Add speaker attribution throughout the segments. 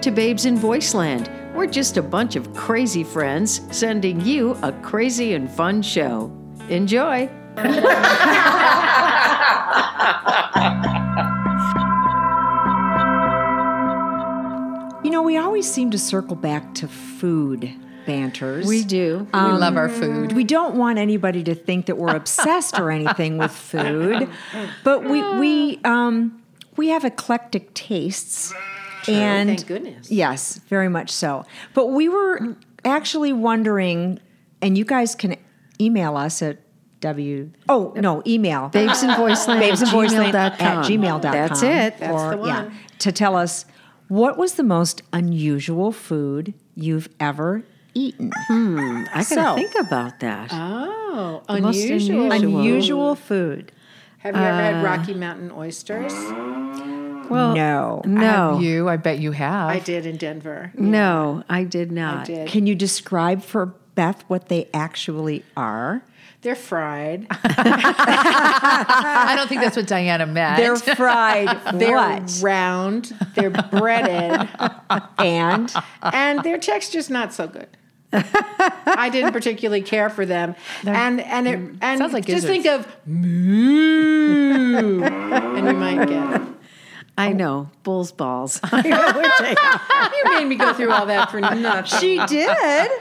Speaker 1: to Babes in Voiceland. We're just a bunch of crazy friends sending you a crazy and fun show. Enjoy!
Speaker 2: You know, we always seem to circle back to food banters.
Speaker 1: We do.
Speaker 3: we love our food.
Speaker 2: We don't want anybody to think that we're obsessed or anything with food, but we we um, we have eclectic tastes, and
Speaker 1: thank goodness.
Speaker 2: yes, very much so. But we were actually wondering, and you guys can email us at w oh no email
Speaker 1: Babes in Voiceland.
Speaker 2: babes and voiceland at gmail.com.
Speaker 1: That's it.
Speaker 2: or, yeah, to tell us what was the most unusual food you've ever eaten.
Speaker 1: I gotta
Speaker 2: So-
Speaker 1: think about that.
Speaker 4: Oh,
Speaker 1: Most
Speaker 4: unusual.
Speaker 1: unusual.
Speaker 2: Unusual food.
Speaker 4: Have you ever
Speaker 3: Uh,
Speaker 4: had Rocky Mountain oysters?
Speaker 1: well,
Speaker 2: no.
Speaker 1: no,
Speaker 3: Have Oh. you? I bet you have.
Speaker 4: I did in Denver.
Speaker 1: no, I did not.
Speaker 4: did.
Speaker 2: Can you describe for Beth what they actually are?
Speaker 4: They're fried.
Speaker 3: I don't think that's what Diana meant.
Speaker 2: They're fried.
Speaker 4: They're
Speaker 2: what?
Speaker 4: round. They're breaded,
Speaker 2: And
Speaker 4: and their texture's not so good. I didn't particularly care for them, and and it and
Speaker 3: Mm, Sounds like
Speaker 4: just
Speaker 3: gizzards.
Speaker 4: think of moo, and you might get it.
Speaker 1: I know, bull's balls.
Speaker 4: You made me go through all that for nothing.
Speaker 2: she did,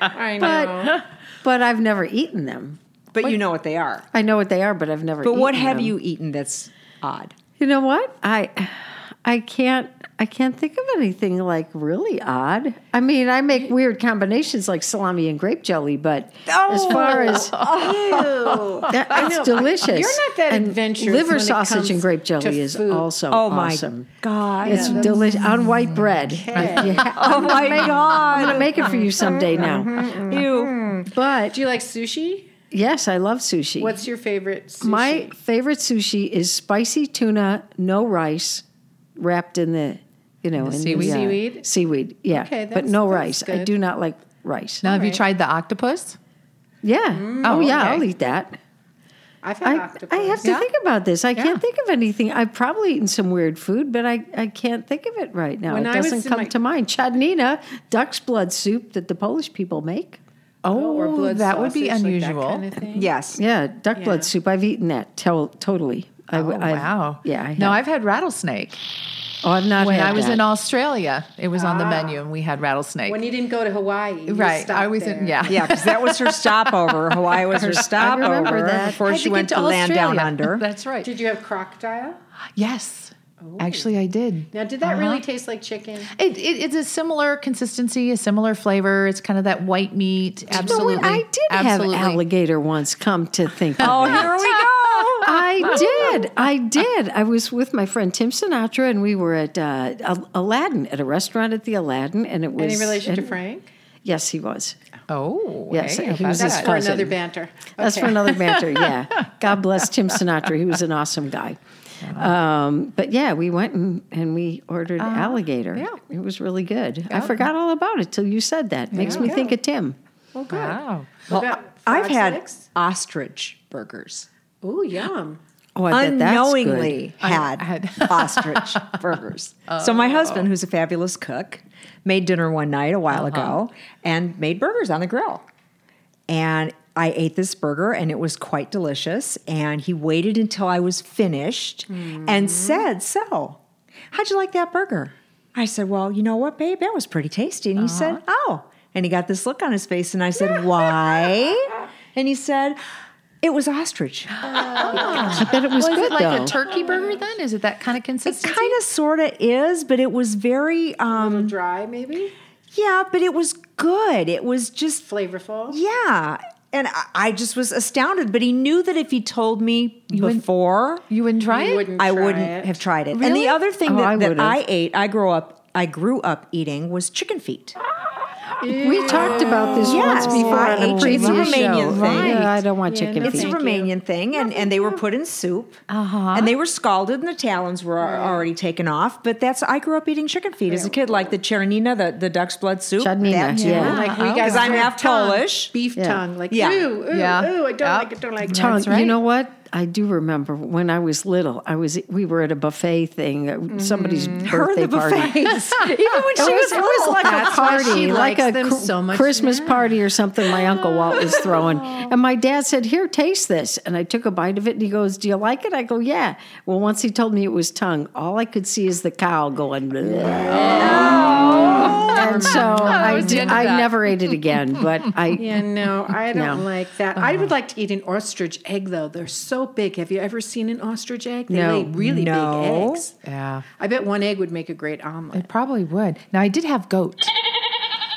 Speaker 4: I know.
Speaker 1: but I've never eaten them.
Speaker 2: but you know what they are.
Speaker 1: I know what they are, but I've never.
Speaker 2: But what
Speaker 1: eaten
Speaker 2: have
Speaker 1: them.
Speaker 2: you eaten that's odd?
Speaker 1: You know what? I I can't I can't think of anything like really odd. I mean, I make weird combinations like salami and grape jelly, but
Speaker 4: Oh,
Speaker 1: as far as that, it's delicious.
Speaker 4: You're not that
Speaker 1: and
Speaker 4: adventurous
Speaker 1: Liver
Speaker 4: when it
Speaker 1: sausage and
Speaker 4: comes
Speaker 1: grape jelly
Speaker 4: to
Speaker 1: is
Speaker 4: food.
Speaker 1: also
Speaker 2: Oh my
Speaker 1: awesome.
Speaker 2: God.
Speaker 1: It's delicious on white bread. Yeah.
Speaker 2: Oh my
Speaker 1: I'm
Speaker 2: God.
Speaker 1: gonna make it for you someday now.
Speaker 4: Mm-hmm.
Speaker 2: Ew.
Speaker 1: But
Speaker 4: Do you like sushi?
Speaker 1: yes, I love sushi.
Speaker 4: What's your favorite? Sushi?
Speaker 1: My favorite sushi is spicy tuna, no rice, wrapped in the, you know, in the,
Speaker 3: seaweed?
Speaker 1: uh,
Speaker 4: Seaweed?
Speaker 1: seaweed, yeah.
Speaker 4: Okay,
Speaker 1: but
Speaker 4: that's-
Speaker 1: no
Speaker 4: that's
Speaker 1: rice. I
Speaker 4: good.
Speaker 1: do not like rice.
Speaker 3: now, have you
Speaker 4: Alright.
Speaker 3: tried the octopus?
Speaker 1: Yeah. oh,
Speaker 3: Oh,
Speaker 1: yeah.
Speaker 3: okay.
Speaker 1: I'll eat that.
Speaker 4: I've had
Speaker 1: I,
Speaker 4: octopus.
Speaker 1: I have to
Speaker 3: Yeah?
Speaker 1: think about this. I
Speaker 3: Yeah.
Speaker 1: can't think of anything. I've probably eaten some weird food, but I, I can't think of it right now.
Speaker 4: When
Speaker 1: it
Speaker 4: I was
Speaker 1: doesn't
Speaker 4: in
Speaker 1: come
Speaker 4: my-
Speaker 1: to mind. Chadnina, duck's blood soup that the Polish people make.
Speaker 3: Oh,
Speaker 4: or blood
Speaker 3: that would be
Speaker 4: sausage, like that
Speaker 3: unusual.
Speaker 4: kind of thing.
Speaker 2: Yes.
Speaker 1: Yeah, duck
Speaker 4: Yeah.
Speaker 1: blood soup. I've eaten that to- totally. I,
Speaker 3: Oh, wow.
Speaker 1: Yeah. I
Speaker 3: no,
Speaker 1: have.
Speaker 3: I've had rattlesnake.
Speaker 1: oh, I've not
Speaker 3: When
Speaker 1: had
Speaker 3: I was
Speaker 1: that.
Speaker 3: in Australia, it was on the menu and we had rattlesnake.
Speaker 4: When you didn't go to Hawaii, you
Speaker 3: right.
Speaker 4: stopped
Speaker 3: I was
Speaker 4: there.
Speaker 3: in, yeah.
Speaker 2: Yeah, because that was her stopover. Hawaii was her stopover
Speaker 1: that.
Speaker 2: before
Speaker 3: I had
Speaker 2: she
Speaker 3: to get
Speaker 2: went to, land
Speaker 3: Australia.
Speaker 2: down under.
Speaker 3: That's right.
Speaker 4: Did you have crocodile?
Speaker 3: yes. Actually, I did. Uh-huh.
Speaker 4: Now, did that really taste like chicken?
Speaker 3: It, it, it's a similar consistency, a similar flavor. It's kind of that white meat.
Speaker 1: You know
Speaker 3: Absolutely.
Speaker 1: what? I did
Speaker 3: Absolutely.
Speaker 1: have alligator once. Come to think of
Speaker 2: Oh,
Speaker 1: it.
Speaker 2: here we go.
Speaker 1: I did. I did. I was with my friend Tim Sinatra, and we were at uh, Al- Aladdin at a restaurant at the Aladdin, and it was
Speaker 4: Any relation to
Speaker 1: and-
Speaker 4: Frank?
Speaker 1: Yes, he was.
Speaker 3: Oh,
Speaker 1: Yes,
Speaker 3: hey,
Speaker 1: he
Speaker 3: how
Speaker 1: was
Speaker 3: about
Speaker 1: a
Speaker 3: that?
Speaker 4: For
Speaker 1: Cousin.
Speaker 4: another banter.
Speaker 1: That's
Speaker 4: Okay.
Speaker 1: for another banter. Yeah. God bless Tim Sinatra. He was an awesome guy. Um, but yeah, we went and, and we ordered alligator.
Speaker 3: yeah.
Speaker 1: It was really good. I forgot all about it till you said that. Makes me think of Tim.
Speaker 3: Oh,
Speaker 4: Well, good.
Speaker 3: Wow.
Speaker 4: What
Speaker 2: Well,
Speaker 4: about
Speaker 2: I've
Speaker 4: frog
Speaker 2: had
Speaker 4: legs?
Speaker 2: ostrich burgers.
Speaker 4: Ooh, yum.
Speaker 1: Oh, I bet that's good.
Speaker 2: Unknowingly had,
Speaker 3: I had-
Speaker 2: ostrich burgers. So
Speaker 1: Oh.
Speaker 2: my husband, who's a fabulous cook, made dinner one night a
Speaker 1: Uh-huh.
Speaker 2: while ago and made burgers on the grill. And I ate this burger and it was quite delicious. And he waited until I was finished
Speaker 1: Mm.
Speaker 2: and said, So, how'd you like that burger? I said, Well, you know what, babe? That was pretty tasty. And he
Speaker 1: Uh-huh.
Speaker 2: said, Oh. And he got this look on his face and I said, Why? And he said, It was ostrich.
Speaker 1: I bet it was
Speaker 3: Is
Speaker 1: good
Speaker 3: it like
Speaker 1: though.
Speaker 3: a turkey burger then? Is it that kind of consistency?
Speaker 2: kind of sort of is but it was very um
Speaker 3: Mm-hmm.
Speaker 4: Dry, maybe?
Speaker 2: yeah but it was good it was just
Speaker 4: Flavorful?
Speaker 2: yeah and I, I just was astounded but he knew that if he told me
Speaker 3: wouldn't
Speaker 2: before
Speaker 3: you wouldn't try
Speaker 4: You
Speaker 3: it?
Speaker 4: wouldn't
Speaker 2: i
Speaker 4: try
Speaker 2: wouldn't
Speaker 4: it.
Speaker 2: have tried it and
Speaker 1: Really?
Speaker 2: the other thing
Speaker 1: Oh,
Speaker 2: that,
Speaker 1: I
Speaker 2: that
Speaker 1: would've.
Speaker 2: I ate i grew up i grew up eating was chicken feet
Speaker 1: We talked about this once
Speaker 2: Yes.
Speaker 1: before on a
Speaker 2: It's a
Speaker 1: previous show.
Speaker 2: Romanian thing.
Speaker 1: Yeah, I don't want chicken
Speaker 4: no,
Speaker 1: feet.
Speaker 2: it's a
Speaker 4: thank
Speaker 2: Romanian thing, and, and they were put in soup, uh-huh. and they were scalded, and the talons were al- already taken off. But that's I grew up eating chicken feet as a kid, like the chernina, the, the duck's blood soup.
Speaker 1: Chernina,
Speaker 2: that too.
Speaker 1: yeah.
Speaker 4: Like we
Speaker 2: Because
Speaker 4: guys
Speaker 2: I'm
Speaker 4: serve
Speaker 2: half
Speaker 4: tongue,
Speaker 2: Polish.
Speaker 4: Beef
Speaker 1: Yeah.
Speaker 4: tongue. Like,
Speaker 2: Yeah.
Speaker 4: ooh, ooh,
Speaker 3: Yeah.
Speaker 4: ooh, I don't
Speaker 3: Yep.
Speaker 4: like it, don't like it.
Speaker 1: Tongue. You know what? I do remember when I was little. I was we were at a buffet thing, uh, somebody's
Speaker 3: Mm-hmm.
Speaker 2: Her
Speaker 1: birthday
Speaker 2: the
Speaker 1: party.
Speaker 2: buffets. Even when she
Speaker 1: It was,
Speaker 2: was,
Speaker 1: it was like a
Speaker 3: That's why she
Speaker 1: party, like
Speaker 3: likes
Speaker 1: a
Speaker 3: them
Speaker 1: cr-
Speaker 3: so much
Speaker 1: Christmas
Speaker 3: now.
Speaker 1: party or something. My uncle Walt was throwing, and my dad said, "Here, taste this." And I took a bite of it, and he goes, "Do you like it?" I go, "Yeah." Well, once he told me it was tongue, all I could see is the cow going.
Speaker 3: Oh.
Speaker 1: "Bleh." And so I,
Speaker 3: was the
Speaker 1: d-
Speaker 3: end of
Speaker 1: I
Speaker 3: Oh, that.
Speaker 1: never ate it again, but I
Speaker 4: Yeah, no, I don't
Speaker 1: No.
Speaker 4: like that. I
Speaker 3: Uh-huh.
Speaker 4: would like to eat an ostrich egg though. They're so big. Have you ever seen an ostrich egg? They
Speaker 1: No.
Speaker 4: lay really
Speaker 2: No.
Speaker 4: big eggs.
Speaker 3: Yeah.
Speaker 4: I bet one egg would make a great omelet.
Speaker 3: It probably would. Now I did have goat,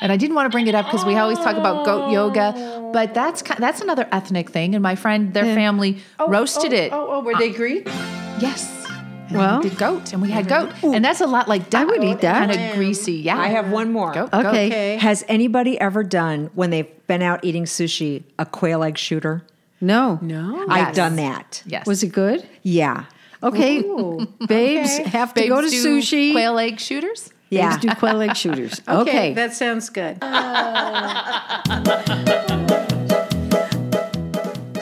Speaker 3: and I didn't want to bring it up because we always talk about goat yoga, but that's ki- that's another ethnic thing. And my friend, their family roasted
Speaker 4: oh,
Speaker 3: it.
Speaker 4: Oh, oh, were they Greek?
Speaker 3: Yes. And
Speaker 1: Well.
Speaker 3: we did goat, and we had goat, and that's a lot like duck. I
Speaker 1: would eat that.
Speaker 3: Kind of greasy. Yeah.
Speaker 2: I have one more.
Speaker 3: Goat, goat.
Speaker 1: okay.
Speaker 4: Okay.
Speaker 2: Has anybody ever done when they've been out eating sushi a quail egg shooter?
Speaker 1: No,
Speaker 4: No.
Speaker 2: I've
Speaker 3: Yes.
Speaker 2: done that.
Speaker 3: Yes.
Speaker 1: was it good?
Speaker 2: Yeah.
Speaker 1: Okay, babes have to
Speaker 3: Babes
Speaker 1: go to
Speaker 3: do
Speaker 1: sushi.
Speaker 3: Quail egg shooters.
Speaker 1: Babes
Speaker 2: Yeah.
Speaker 1: do quail egg shooters.
Speaker 4: Okay,
Speaker 1: Okay,
Speaker 4: that sounds good.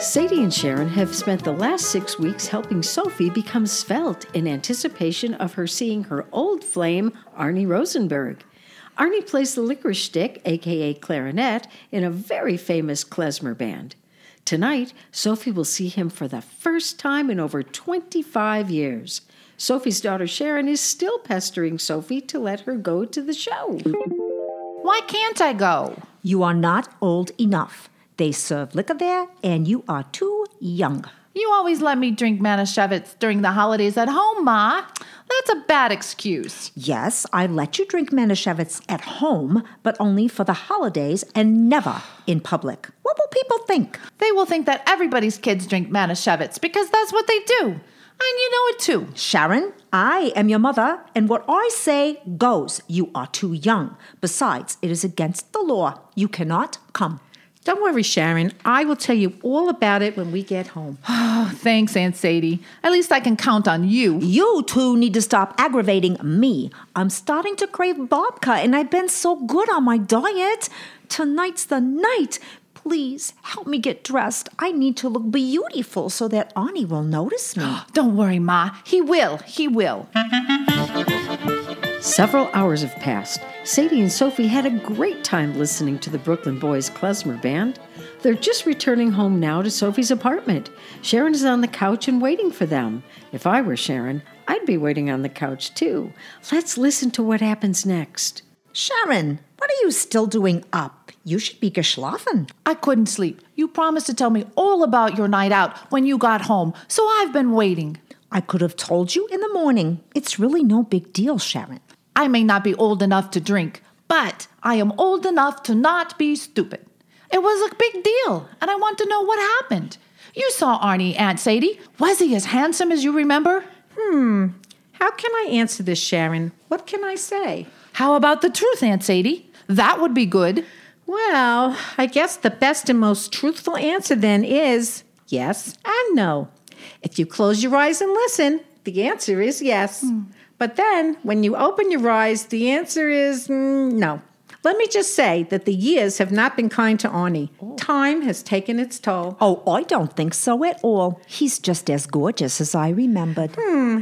Speaker 1: Sadie and Sharon have spent the last six weeks helping Sophie become svelte in anticipation of her seeing her old flame, Arnie Rosenberg. Arnie plays the licorice stick, aka clarinet, in a very famous klezmer band. Tonight, Sophie will see him for the first time in over 25 years. Sophie's daughter Sharon is still pestering Sophie to let her go to the show.
Speaker 3: Why can't I go?
Speaker 2: You are not old enough. They serve liquor there, and you are too young.
Speaker 3: You always let me drink manischewitz during the holidays at home, Ma. That's a bad excuse.
Speaker 2: Yes, I let you drink Manischewitz at home, but only for the holidays and never in public. What will people think?
Speaker 3: They will think that everybody's kids drink manischewitz because that's what they do. And you know it too.
Speaker 2: Sharon, I am your mother, and what I say goes. You are too young. Besides, it is against the law. You cannot come.
Speaker 4: Don't worry, Sharon. I will tell you all about it when we get home.
Speaker 3: Thanks, Aunt Sadie. At least I can count on you.
Speaker 2: You two need to stop aggravating me. I'm starting to crave babka, and I've been so good on my diet. Tonight's the night. Please help me get dressed. I need to look beautiful so that Arnie will notice me.
Speaker 3: Don't worry, Ma. He will. He will.
Speaker 1: Several hours have passed. Sadie and Sophie had a great time listening to the Brooklyn Boys Klezmer Band. They're just returning home now to Sophie's apartment. Sharon is on the couch and waiting for them. If I were Sharon, I'd be waiting on the couch too. Let's listen to what happens next.
Speaker 2: Sharon, what are you still doing up? You should be geschlafen.
Speaker 3: I couldn't sleep. You promised to tell me all about your night out when you got home, so I've been waiting.
Speaker 2: I could have told you in the morning. It's really no big deal, Sharon.
Speaker 3: I may not be old enough to drink, but I am old enough to not be stupid. It was a big deal, and I want to know what happened. You saw Arnie, Aunt Sadie. Was he as handsome as you remember?
Speaker 4: How can I answer this, Sharon? What can I say?
Speaker 3: How about the truth, Aunt Sadie? That would be good.
Speaker 4: Well, I guess the best and most truthful answer then is yes and no. If you close your eyes and listen, the answer is yes. But then when you open your eyes, the answer is mm, no. Let me just say that the years have not been kind to Arnie. Time has taken its toll.
Speaker 2: Oh, I don't think so at all. He's just as gorgeous as I remembered.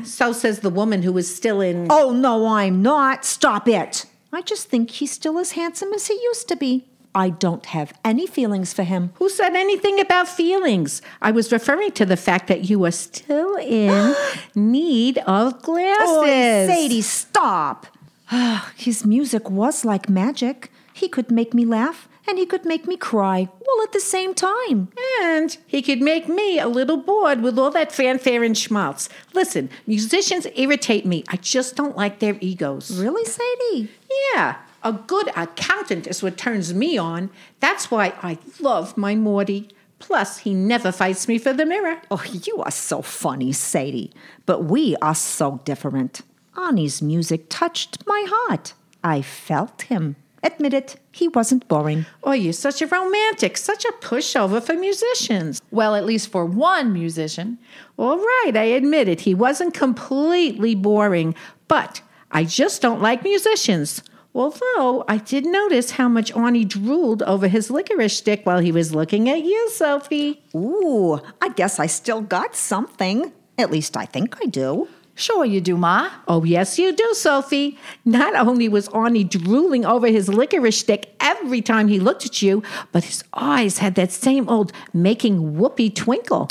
Speaker 4: So says the woman who is still in.
Speaker 2: Oh, no, I'm not. Stop it. I just think he's still as handsome as he used to be. I don't have any feelings for him.
Speaker 4: Who said anything about feelings? I was referring to the fact that you are still in need of glasses.
Speaker 2: Oh, Sadie, stop. Ah, His music was like magic. He could make me laugh and he could make me cry all at the same time.
Speaker 4: And he could make me a little bored with all that fanfare and schmaltz. Listen, musicians irritate me. I just don't like their egos.
Speaker 2: Really, Sadie?
Speaker 4: Yeah, a good accountant is what turns me on. That's why I love my Morty. Plus, he never fights me for the mirror.
Speaker 2: Oh, you are so funny, Sadie. But we are so different. Arnie's music touched my heart. I felt him. Admit it, he wasn't boring.
Speaker 4: Oh, you're such a romantic, such a pushover for musicians.
Speaker 3: Well, at least for one musician.
Speaker 4: All right, I admit it. He wasn't completely boring, but I just don't like musicians. Although I did notice how much Arnie drooled over his licorice stick while he was looking at you, Sophie.
Speaker 2: Ooh, I guess I still got something. At least I think I do.
Speaker 3: Sure you do, Ma.
Speaker 4: Oh, yes, you do, Sophie. Not only was Arnie drooling over his licorice stick every time he looked at you, but his eyes had that same old making whoopee twinkle.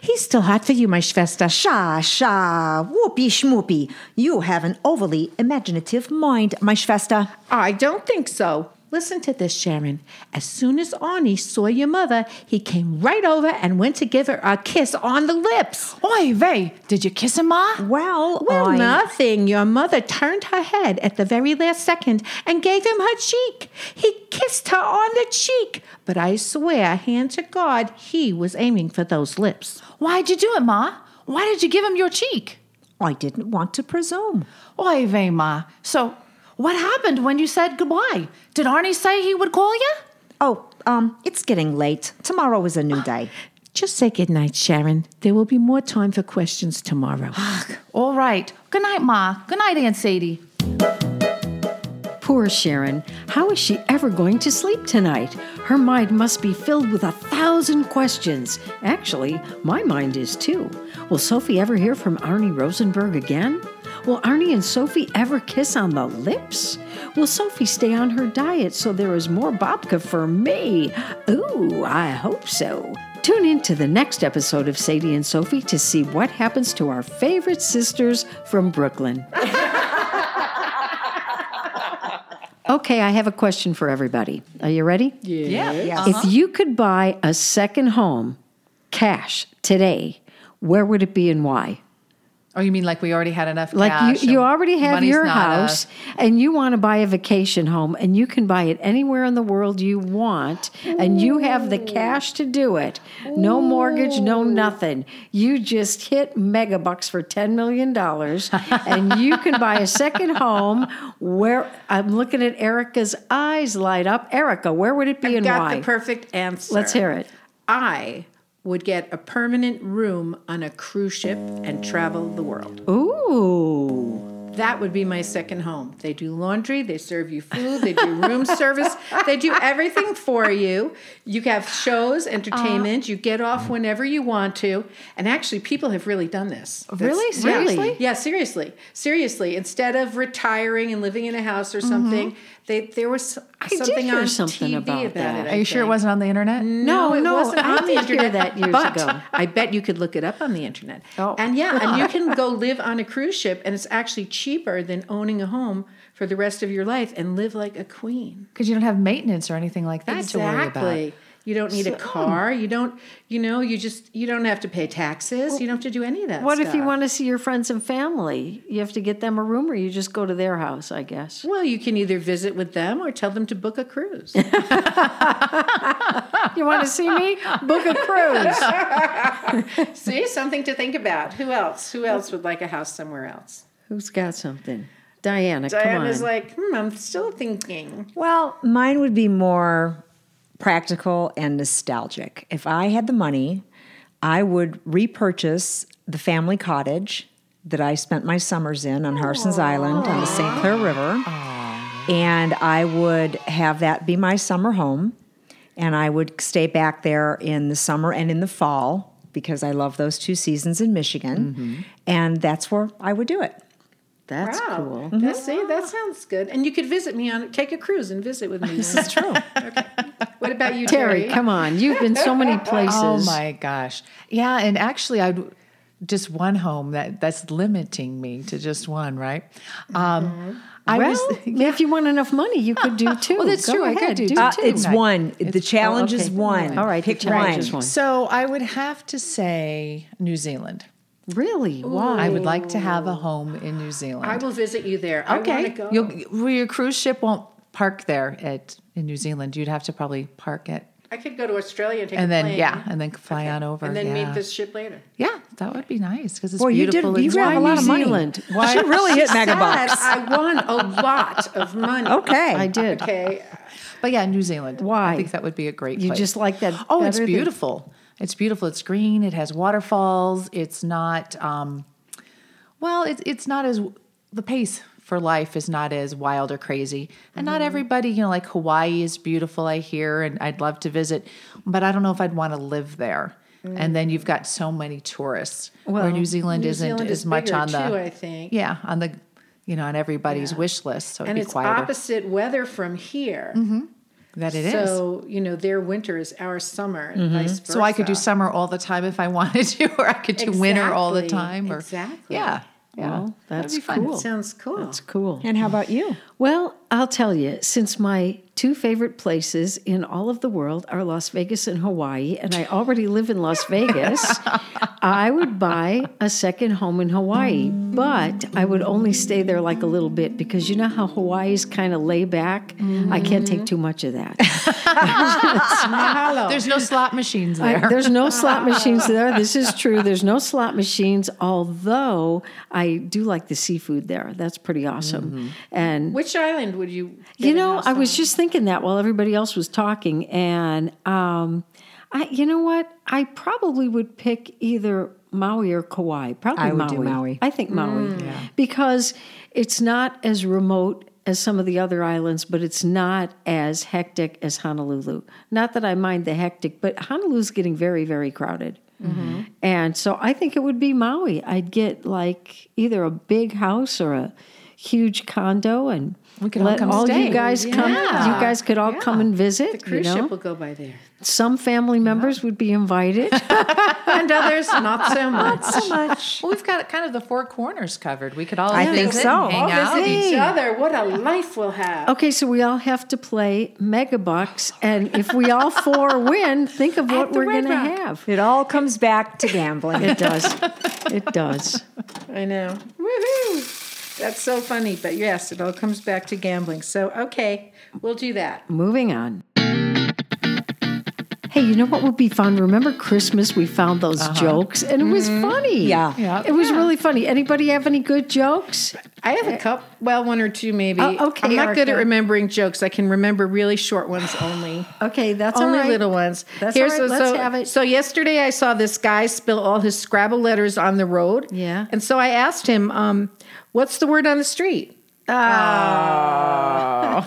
Speaker 4: He's still hot for you, my Schwester.
Speaker 2: Sha, sha, whoopee schmoopy. You have an overly imaginative mind, my Schwester.
Speaker 4: I don't think so. Listen to this, Sharon. As soon as Arnie saw your mother, he came right over and went to give her a kiss on the lips.
Speaker 3: Oi, Vey, did you kiss him, Ma?
Speaker 2: Well,
Speaker 4: Well,
Speaker 2: I-
Speaker 4: nothing. Your mother turned her head at the very last second and gave him her cheek. He kissed her on the cheek, but I swear, hand to God, he was aiming for those lips.
Speaker 3: Why'd you do it, Ma? Why did you give him your cheek?
Speaker 2: I didn't want to presume.
Speaker 3: Oy vey, Ma. So, what happened when you said goodbye? Did Arnie say he would call you?
Speaker 2: Oh, um, it's getting late. Tomorrow is a new day.
Speaker 4: Just say goodnight, Sharon. There will be more time for questions tomorrow.
Speaker 3: All right. Good night, Ma. Good night, Aunt Sadie.
Speaker 1: Poor Sharon. How is she ever going to sleep tonight? Her mind must be filled with a thousand questions. Actually, my mind is too. Will Sophie ever hear from Arnie Rosenberg again? Will Arnie and Sophie ever kiss on the lips? Will Sophie stay on her diet so there is more babka for me? Ooh, I hope so. Tune in to the next episode of Sadie and Sophie to see what happens to our favorite sisters from Brooklyn. Okay, I have a question for everybody. Are you ready?
Speaker 3: Yeah.
Speaker 1: If you could buy a second home cash today, where would it be and why?
Speaker 3: Oh, you mean like we already had enough
Speaker 1: Like
Speaker 3: cash
Speaker 1: you, you
Speaker 3: and
Speaker 1: already have
Speaker 3: money's
Speaker 1: your
Speaker 3: not a-
Speaker 1: house and you want to buy a vacation home and you can buy it anywhere in the world you want and you have the cash to do it. No mortgage, no nothing. You just hit mega bucks for $10 million and you can buy a second home where I'm looking at Erica's eyes light up. Erica, where would it be and
Speaker 4: got
Speaker 1: why?
Speaker 4: the perfect answer.
Speaker 1: Let's hear it.
Speaker 4: I would get a permanent room on a cruise ship and travel the world.
Speaker 1: Ooh.
Speaker 4: That would be my second home. They do laundry, they serve you food, they do room service, they do everything for you. You have shows,
Speaker 1: Uh-huh.
Speaker 4: entertainment, you get off whenever you want to. And actually, people have really done this. That's-
Speaker 1: Really?
Speaker 4: yeah.
Speaker 1: Seriously?
Speaker 4: Yeah, seriously. Seriously. Instead of retiring and living in a house or something, they, there was
Speaker 1: Mm-hmm. did
Speaker 4: something
Speaker 1: hear
Speaker 4: on
Speaker 1: something
Speaker 4: TV
Speaker 1: about
Speaker 4: about,
Speaker 1: that.
Speaker 4: it.
Speaker 1: Are
Speaker 4: I
Speaker 3: Are you sure it
Speaker 4: think.
Speaker 3: wasn't on the internet?
Speaker 4: No, it
Speaker 1: no,
Speaker 4: wasn't
Speaker 1: I
Speaker 4: on the
Speaker 1: did hear
Speaker 4: internet.
Speaker 1: that years
Speaker 4: but
Speaker 1: ago.
Speaker 4: I bet you could look it up on the internet.
Speaker 1: Oh.
Speaker 4: And yeah, and you can go live on a cruise ship, and it's actually cheaper than owning a home for the rest of your life and live like a queen.
Speaker 3: Because you don't have maintenance or anything like that to worry about.
Speaker 4: You don't need a car. You don't. You know. You just. You don't have to pay taxes. you don't have to do any of that.
Speaker 1: What if you
Speaker 4: stuff.
Speaker 1: want to see your friends and family? You have to get them a room or you just go to their house, I guess.
Speaker 4: Well, you can either visit with them or tell them to book a cruise.
Speaker 1: You want to see me? Book a cruise.
Speaker 4: See, something to think about. Who else? Who else would like a house somewhere else?
Speaker 1: Who's got something? Diana,
Speaker 4: Diana's
Speaker 1: come on.
Speaker 4: like, hmm, I'm still thinking.
Speaker 2: Well, mine would be more practical and nostalgic. If I had the money, I would repurchase the family cottage that I spent my summers in on Harson's Island on the St. Clair River. And I would have that be my summer home. And I would stay back there in the summer and in the fall because I love those two seasons in Michigan. And that's where I would do it.
Speaker 1: That's
Speaker 4: Wow.
Speaker 1: cool.
Speaker 3: Mm-hmm.
Speaker 4: That- see, that sounds good. And you could visit me on take a cruise and visit with me. This is true. What about you, Terry?
Speaker 1: Terry, come on. You've been so many places.
Speaker 3: Oh my gosh. Yeah, and actually I'd just one home that that's limiting me to just one, right? Um I
Speaker 1: Well,
Speaker 3: was
Speaker 1: if you want enough money, you could do two.
Speaker 3: Well, that's
Speaker 1: Go
Speaker 3: true. I
Speaker 1: Ahead.
Speaker 3: could do
Speaker 2: Uh,
Speaker 3: two.
Speaker 2: it's
Speaker 3: Right.
Speaker 2: one. the challenge is
Speaker 1: okay.
Speaker 2: one.
Speaker 1: All right, the
Speaker 2: pick
Speaker 1: challenge
Speaker 2: one.
Speaker 1: is one.
Speaker 3: So I would have to say New Zealand.
Speaker 1: Really? Why?
Speaker 3: I would like to have a home in New Zealand.
Speaker 4: I will visit you there. I want to
Speaker 3: okay.
Speaker 4: go.
Speaker 3: You'll, well, your cruise ship won't park there at in New Zealand. You'd have to probably park it
Speaker 4: I could go to Australia and take
Speaker 3: and
Speaker 4: a
Speaker 3: then
Speaker 4: plane.
Speaker 3: yeah, and then fly on over.
Speaker 4: And then
Speaker 3: yeah.
Speaker 4: meet this ship later.
Speaker 3: Yeah, that would be nice because it's
Speaker 2: Well, you did.
Speaker 3: beautiful.
Speaker 2: You
Speaker 3: and
Speaker 2: have a
Speaker 3: warm.
Speaker 2: lot
Speaker 1: New
Speaker 2: of money.
Speaker 1: Zealand?
Speaker 2: Why? She really hit mega bucks.
Speaker 4: I won a lot of money.
Speaker 3: Oh,
Speaker 2: Okay.
Speaker 1: I did.
Speaker 4: Okay.
Speaker 3: But yeah, New Zealand.
Speaker 1: Why?
Speaker 3: I think that would be a great.
Speaker 1: You
Speaker 3: place.
Speaker 1: just like that
Speaker 3: Oh, it's
Speaker 1: better than-
Speaker 3: beautiful. It's beautiful. It's green. It has waterfalls. It's not. Um, well, it's it's not as the pace for life is not as wild or crazy. And
Speaker 4: Mm-hmm.
Speaker 3: not everybody, you know, like Hawaii is beautiful, I hear, and I'd love to visit, but I don't know if I'd want to live there. And then you've got so many tourists. where New Zealand isn't
Speaker 4: Zealand
Speaker 3: as
Speaker 4: is
Speaker 3: much
Speaker 4: bigger,
Speaker 3: on the
Speaker 4: too, I think.
Speaker 3: Yeah, on the you know, on everybody's wish list. So it'd
Speaker 4: and
Speaker 3: be
Speaker 4: it's
Speaker 3: quieter.
Speaker 4: opposite weather from here.
Speaker 3: that it is. Mm-hmm.
Speaker 4: so you know their winter is our summer. and vice
Speaker 3: So I could do
Speaker 4: versa.
Speaker 3: summer all the time if I wanted to, or I could do winter all the
Speaker 4: Exactly,
Speaker 3: time. Or,
Speaker 4: exactly.
Speaker 3: Yeah. Yeah.
Speaker 1: Well, that's
Speaker 3: be fun.
Speaker 1: cool.
Speaker 4: Sounds cool.
Speaker 1: That's cool.
Speaker 2: And how about you?
Speaker 1: Well, I'll tell you, since my two favorite places in all of the world are Las Vegas and Hawaii, and I already live in Las Vegas, I would buy a second home in Hawaii, but I would only stay there like a little bit because you know how Hawaii is kind of lay back? I can't take too much of that.
Speaker 3: There's no slot machines
Speaker 1: I-
Speaker 3: there.
Speaker 1: there's no slot machines there. This is true. There's no slot machines, although I do like the seafood there. That's pretty awesome. And
Speaker 4: Which island would you?
Speaker 1: you know, I was just thinking that while everybody else was talking, and um, I, you know what? I probably would pick either Maui or Kauai. Probably
Speaker 2: I would
Speaker 1: Maui.
Speaker 2: do Maui.
Speaker 1: I think Maui because it's not as remote as some of the other islands, but it's not as hectic as Honolulu. Not that I mind the hectic, but Honolulu's getting very, very crowded. And so I think it would be Maui. I'd get like either a big house or a huge condo and
Speaker 3: We could all
Speaker 1: let
Speaker 3: come
Speaker 1: all
Speaker 3: stay.
Speaker 1: you guys come
Speaker 3: Yeah.
Speaker 1: you guys could all come and visit
Speaker 4: The cruise
Speaker 1: you know?
Speaker 4: ship will go by there,
Speaker 1: some family members would be invited
Speaker 4: and others not so much.
Speaker 2: So much.
Speaker 3: well, we've got kind of the four corners covered. We could all
Speaker 2: I think
Speaker 3: visit
Speaker 2: so.
Speaker 3: and
Speaker 4: All
Speaker 3: hang out.
Speaker 4: visit each
Speaker 1: Hey.
Speaker 4: other. What a life we'll have.
Speaker 1: okay so we all have to play megabucks and if we all four win think of what
Speaker 4: the
Speaker 1: we're
Speaker 4: Red
Speaker 1: going to
Speaker 4: Rock.
Speaker 1: have
Speaker 2: It all comes back to gambling.
Speaker 1: it does it does
Speaker 4: Oh, I know. Woohoo! That's so funny, but yes, it all comes back to gambling. So okay, we'll do that.
Speaker 1: moving on Hey, you know what would be fun? Remember Christmas? We found those
Speaker 4: Uh-huh.
Speaker 1: jokes, and it was
Speaker 4: Mm-hmm.
Speaker 1: funny.
Speaker 2: Yeah.
Speaker 3: Yeah.
Speaker 1: it was really funny. Anybody have any good jokes?
Speaker 4: I have a couple, well, one or two maybe.
Speaker 1: Oh, okay,
Speaker 4: I'm not good
Speaker 1: Erica.
Speaker 4: at remembering jokes. I can remember really short ones only.
Speaker 1: Okay, that's
Speaker 4: only
Speaker 1: all right.
Speaker 4: little ones.
Speaker 1: That's all
Speaker 4: what-
Speaker 1: right. Let's
Speaker 4: so,
Speaker 1: have it.
Speaker 4: So yesterday I saw this guy spill all his Scrabble letters on the road.
Speaker 1: Yeah.
Speaker 4: And so I asked him, um, "What's the word on the street?" Oh.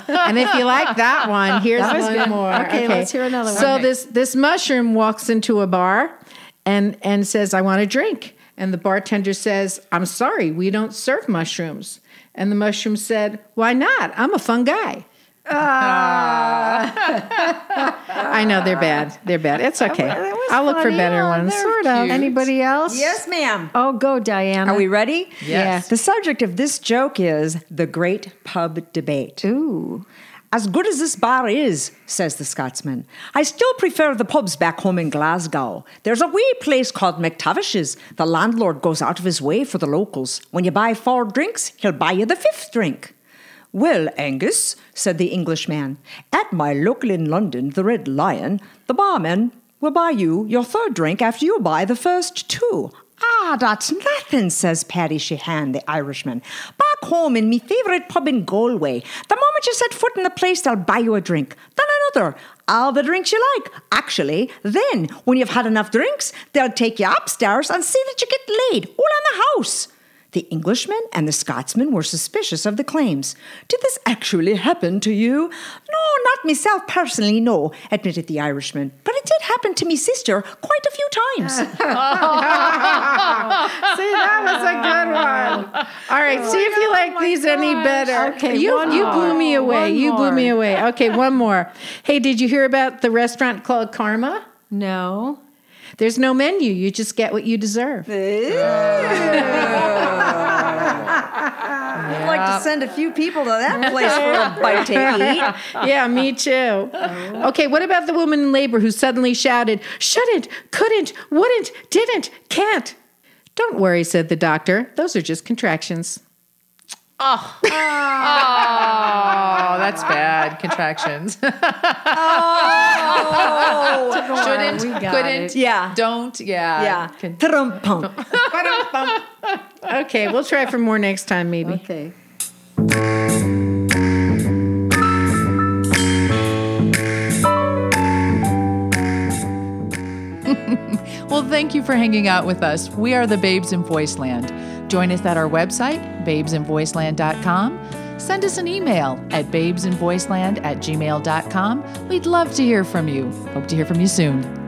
Speaker 4: and if you like that one, here's one more.
Speaker 1: Okay, let's hear another one.
Speaker 4: So this this mushroom walks into a bar, and and says, "I want a drink." And the bartender says, "I'm sorry, we don't serve mushrooms." And the mushroom said, "Why not? I'm a fun guy." I know they're bad. They're bad. It's okay. I'll look for better ones. Sort of.
Speaker 1: Anybody else?
Speaker 2: Oh, Yes, ma'am.
Speaker 1: Oh, go, Diana.
Speaker 2: Are we ready?
Speaker 3: Yes.
Speaker 2: The subject of this joke is the great pub debate.
Speaker 1: Ooh.
Speaker 2: As good as this bar is, says the Scotsman, I still prefer the pubs back home in Glasgow. There's a wee place called McTavish's. The landlord goes out of his way for the locals. When you buy four drinks, he'll buy you the fifth drink. Well, Angus, said the Englishman, at my local in London, the Red Lion, the barman will buy you your third drink after you buy the first two. Ah, that's nothing, says Paddy Sheehan, the Irishman. Back home in me favourite pub in Galway, the moment you set foot in the place, they'll buy you a drink, then another, all the drinks you like. Actually, then, when you've had enough drinks, they'll take you upstairs and see that you get laid all on the house. The Englishman and the Scotsman were suspicious of the claims. Did this actually happen to you? No, not myself personally, no, admitted the Irishman. But it did happen to me sister quite a few times.
Speaker 4: See, that was a good one. All right, see if you like these any better.
Speaker 1: Okay,
Speaker 4: you
Speaker 1: one
Speaker 4: you
Speaker 1: more.
Speaker 4: blew me away.
Speaker 1: One
Speaker 4: you blew me
Speaker 1: more.
Speaker 4: away. Okay, one more. Hey, did you hear about the restaurant called Karma?
Speaker 1: No.
Speaker 4: There's no menu. You just get what you deserve.
Speaker 2: I'd like to send a few people to that place for a bite to eat.
Speaker 4: yeah, me too. Okay, what about the woman in labor who suddenly shouted, shouldn't, couldn't, wouldn't, didn't, can't? Don't worry, said the doctor. Those are just contractions.
Speaker 3: Oh, that's bad. Contractions. Shouldn't,
Speaker 1: we got
Speaker 3: couldn't,
Speaker 1: it.
Speaker 2: Yeah.
Speaker 3: don't, yeah.
Speaker 2: Yeah.
Speaker 3: Con-
Speaker 2: Trum-pum.
Speaker 4: Okay, we'll try for more next time, maybe.
Speaker 1: Okay.
Speaker 3: Well, Thank you for hanging out with us. We are the Babes in Voiceland. Join us at our website, babesinvoiceland.com. Send us an email at babesinvoiceland at gmail.com. We'd love to hear from you. Hope to hear from you soon.